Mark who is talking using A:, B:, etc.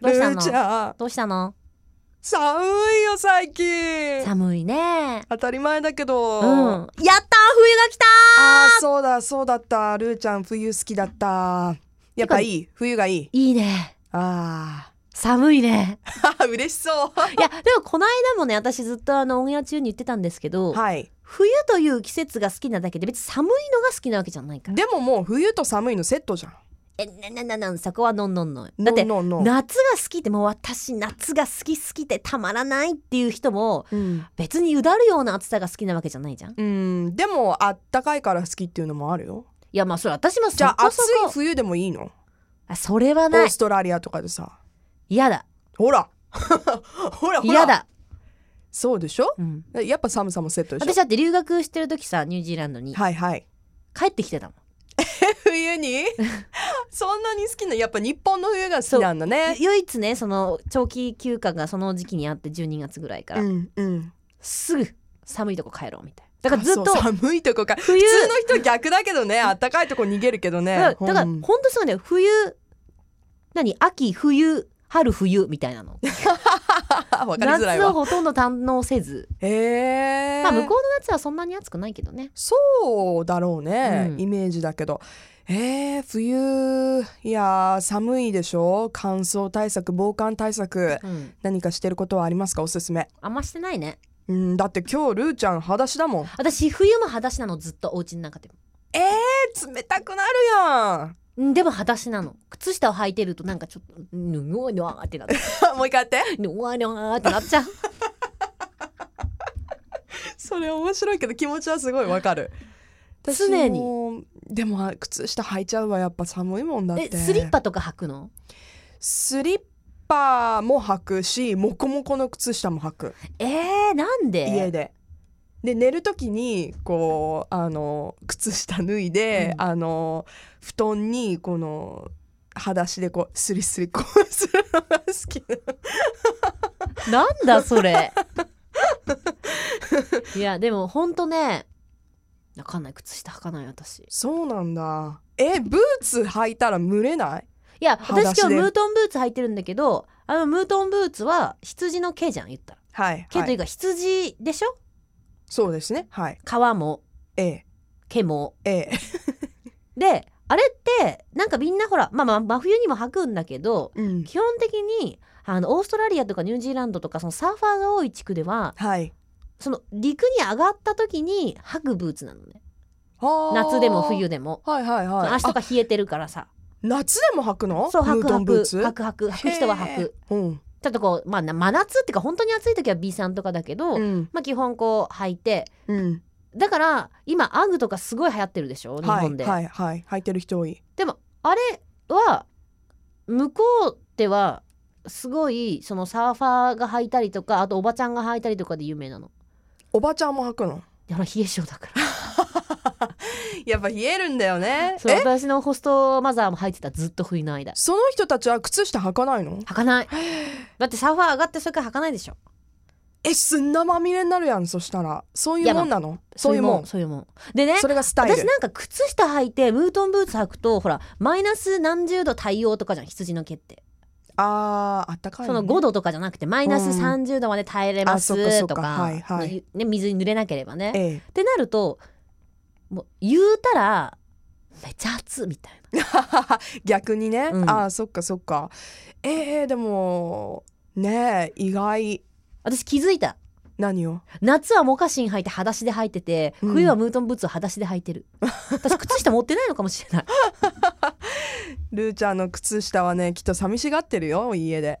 A: どうしたの
B: ルーちゃん
A: どうしたの
B: 寒いよ最近
A: 寒いね
B: 当たり前だけど、
A: うんやったー冬が来た
B: あーそうだそうだったルーちゃん冬好きだったやっぱいい冬がいい
A: ーいいね
B: あ
A: 寒いね
B: ー 嬉しそ
A: いやでもこの間もね私ずっとあのオンエア中に言ってたんですけど、
B: うはい
A: 冬という季節が好きなだけで別に寒いのが好きなわけじゃないから
B: でももう冬と寒いのセットじゃん
A: えななななそこはのんのんのんだ
B: ノ
A: って
B: ンノンノン
A: 夏が好きってもう私夏が好きすぎてたまらないっていう人も
B: うん、
A: 別にうだるような暑さが好きなわけじゃないじゃんい
B: うん、でもあったかいから好きっていうのもあるよ
A: やまあそれ私もそこそこ
B: じゃあ暑い冬でもいいの
A: あそれは
B: オ
A: ない
B: ーストラリアとかでさ
A: 嫌だ
B: ほら ほらほら
A: 嫌だ、
B: そうでしょ
A: うん、
B: やっぱ寒さもセットで
A: 私
B: しょ
A: だって留学してる時さニュージーランドに
B: はいはい
A: 帰ってきてたもん
B: 冬に そんなに好きなやっぱ日本の冬が好きなんだね
A: 唯一ねその長期休暇がその時期にあって12月ぐらいから、
B: んうん
A: すぐ寒いとこ帰ろうみたいなだからずっと
B: あそう寒いとこか普
A: 冬
B: 通の人逆だけどね暖かいとこ逃げるけどね
A: だからだから
B: うん
A: ほんとそうね冬何秋冬春冬みたい なの
B: わかりづらい
A: 夏を
B: わ
A: ほとんど堪能せず、
B: へえ
A: まあ向こうの夏はそんなに暑くないけどね
B: そうだろうね、
A: うん
B: イメージだけどえー、冬いやー寒いでしょ乾燥対策防寒対策
A: うん
B: 何かしてることはありますかおすすめ
A: あんましてないね
B: うんだって今日ルーちゃん裸足だもん
A: 私冬も裸足なのずっとお家の中でも
B: えー、冷たくなるや
A: うんでも裸足なの靴下を履いてるとなんかちょっとぬわぬわってなっちゃ
B: ん もう一回やって
A: うぬわぬわってなっちゃう
B: それ面白いけど気持ちはすごいわかる
A: 常に
B: 私もでもあ靴下履いちゃうわやっぱ寒いもんだっ
A: え
B: て
A: スリッパとか履くの
B: スリッパも履くしモコモコの靴下も履く
A: えー、なんで
B: 家で。で寝る時にこうあの靴下脱いで、
A: うん
B: あの布団にこの裸足でこうスリスリこうするのが好きな
A: なんだそれ いやでもほんとねわかんない靴下履かない私
B: そうなんだえブーツ履いたら蒸れない
A: いや
B: 裸足
A: 私今日
B: で
A: ムートンブーツ履いてるんだけどあのムートンブーツは羊の毛じゃん言ったら
B: はい、
A: 毛
B: は
A: と
B: い
A: い
B: う
A: か羊でしょ
B: そうですねはい
A: 皮も
B: ええ
A: 毛も
B: ええ
A: であれってなんかみんなほらまあまあ真冬にも履くんだけど
B: うん
A: 基本的にあのオーストラリアとかニュージーランドとかそのサーファーが多い地区では
B: はい
A: その陸に上がった時に履くブーツなのね夏でも冬
B: で
A: でも
B: はいはいはい
A: 足と
B: あ
A: か冷えてるからさ
B: 夏でも履くの
A: そう履
B: ム
A: く
B: ートン
A: 履く
B: ブーツ
A: 履く履く履く人は履く
B: へえうん
A: ちょっとこうまあな真夏っていうか本当に暑い時は B さんとかだけど、
B: うん
A: まあ基本こう履いて
B: うん
A: だから今アグとかすごい流行ってるでしょ日
B: はい
A: 本で、
B: はいはい履いてる人多い
A: でもあれは向こうではすごいそのサーファーが履いたりとかあとおばちゃんが履いたりとかで有名なの
B: おばちゃんも履くの
A: いやほら冷え性だから
B: やっぱ冷 えるんだよね
A: そう私のホストマザーも履いてたずっと冬の間
B: その人たちは靴下履かないの
A: 履 かないだってサーファー上がってそれから履かないでしょ
B: え砂まみれになるやんそしたらそういうもんなのそういうもん
A: そういうもんでね
B: それがスタイ
A: 私
B: ル
A: なんか靴下履いてムートンブーツ履くとほらマイナス何十度対応とかじゃん羊の毛って、
B: あーあったかい
A: そ
B: ね
A: の5度とかじゃなくてマイナス30度まで耐えれま
B: あそっかそ
A: す
B: っか
A: とか、
B: はいはい
A: ね、水に濡れなければね
B: ええ
A: ってなるともう言うたらめちゃ暑いみたいな
B: 逆にね、
A: うん
B: あーそっかそっかえー、でもねえ意外
A: 私気づいた
B: 何を
A: 夏はモカシン履いて裸足で履いてて
B: うん
A: 冬はムートンブーツを裸足で履いて る、私靴下持ってないのかもしれない
B: ルーちゃんの靴下はねきっと寂しがってるよ家で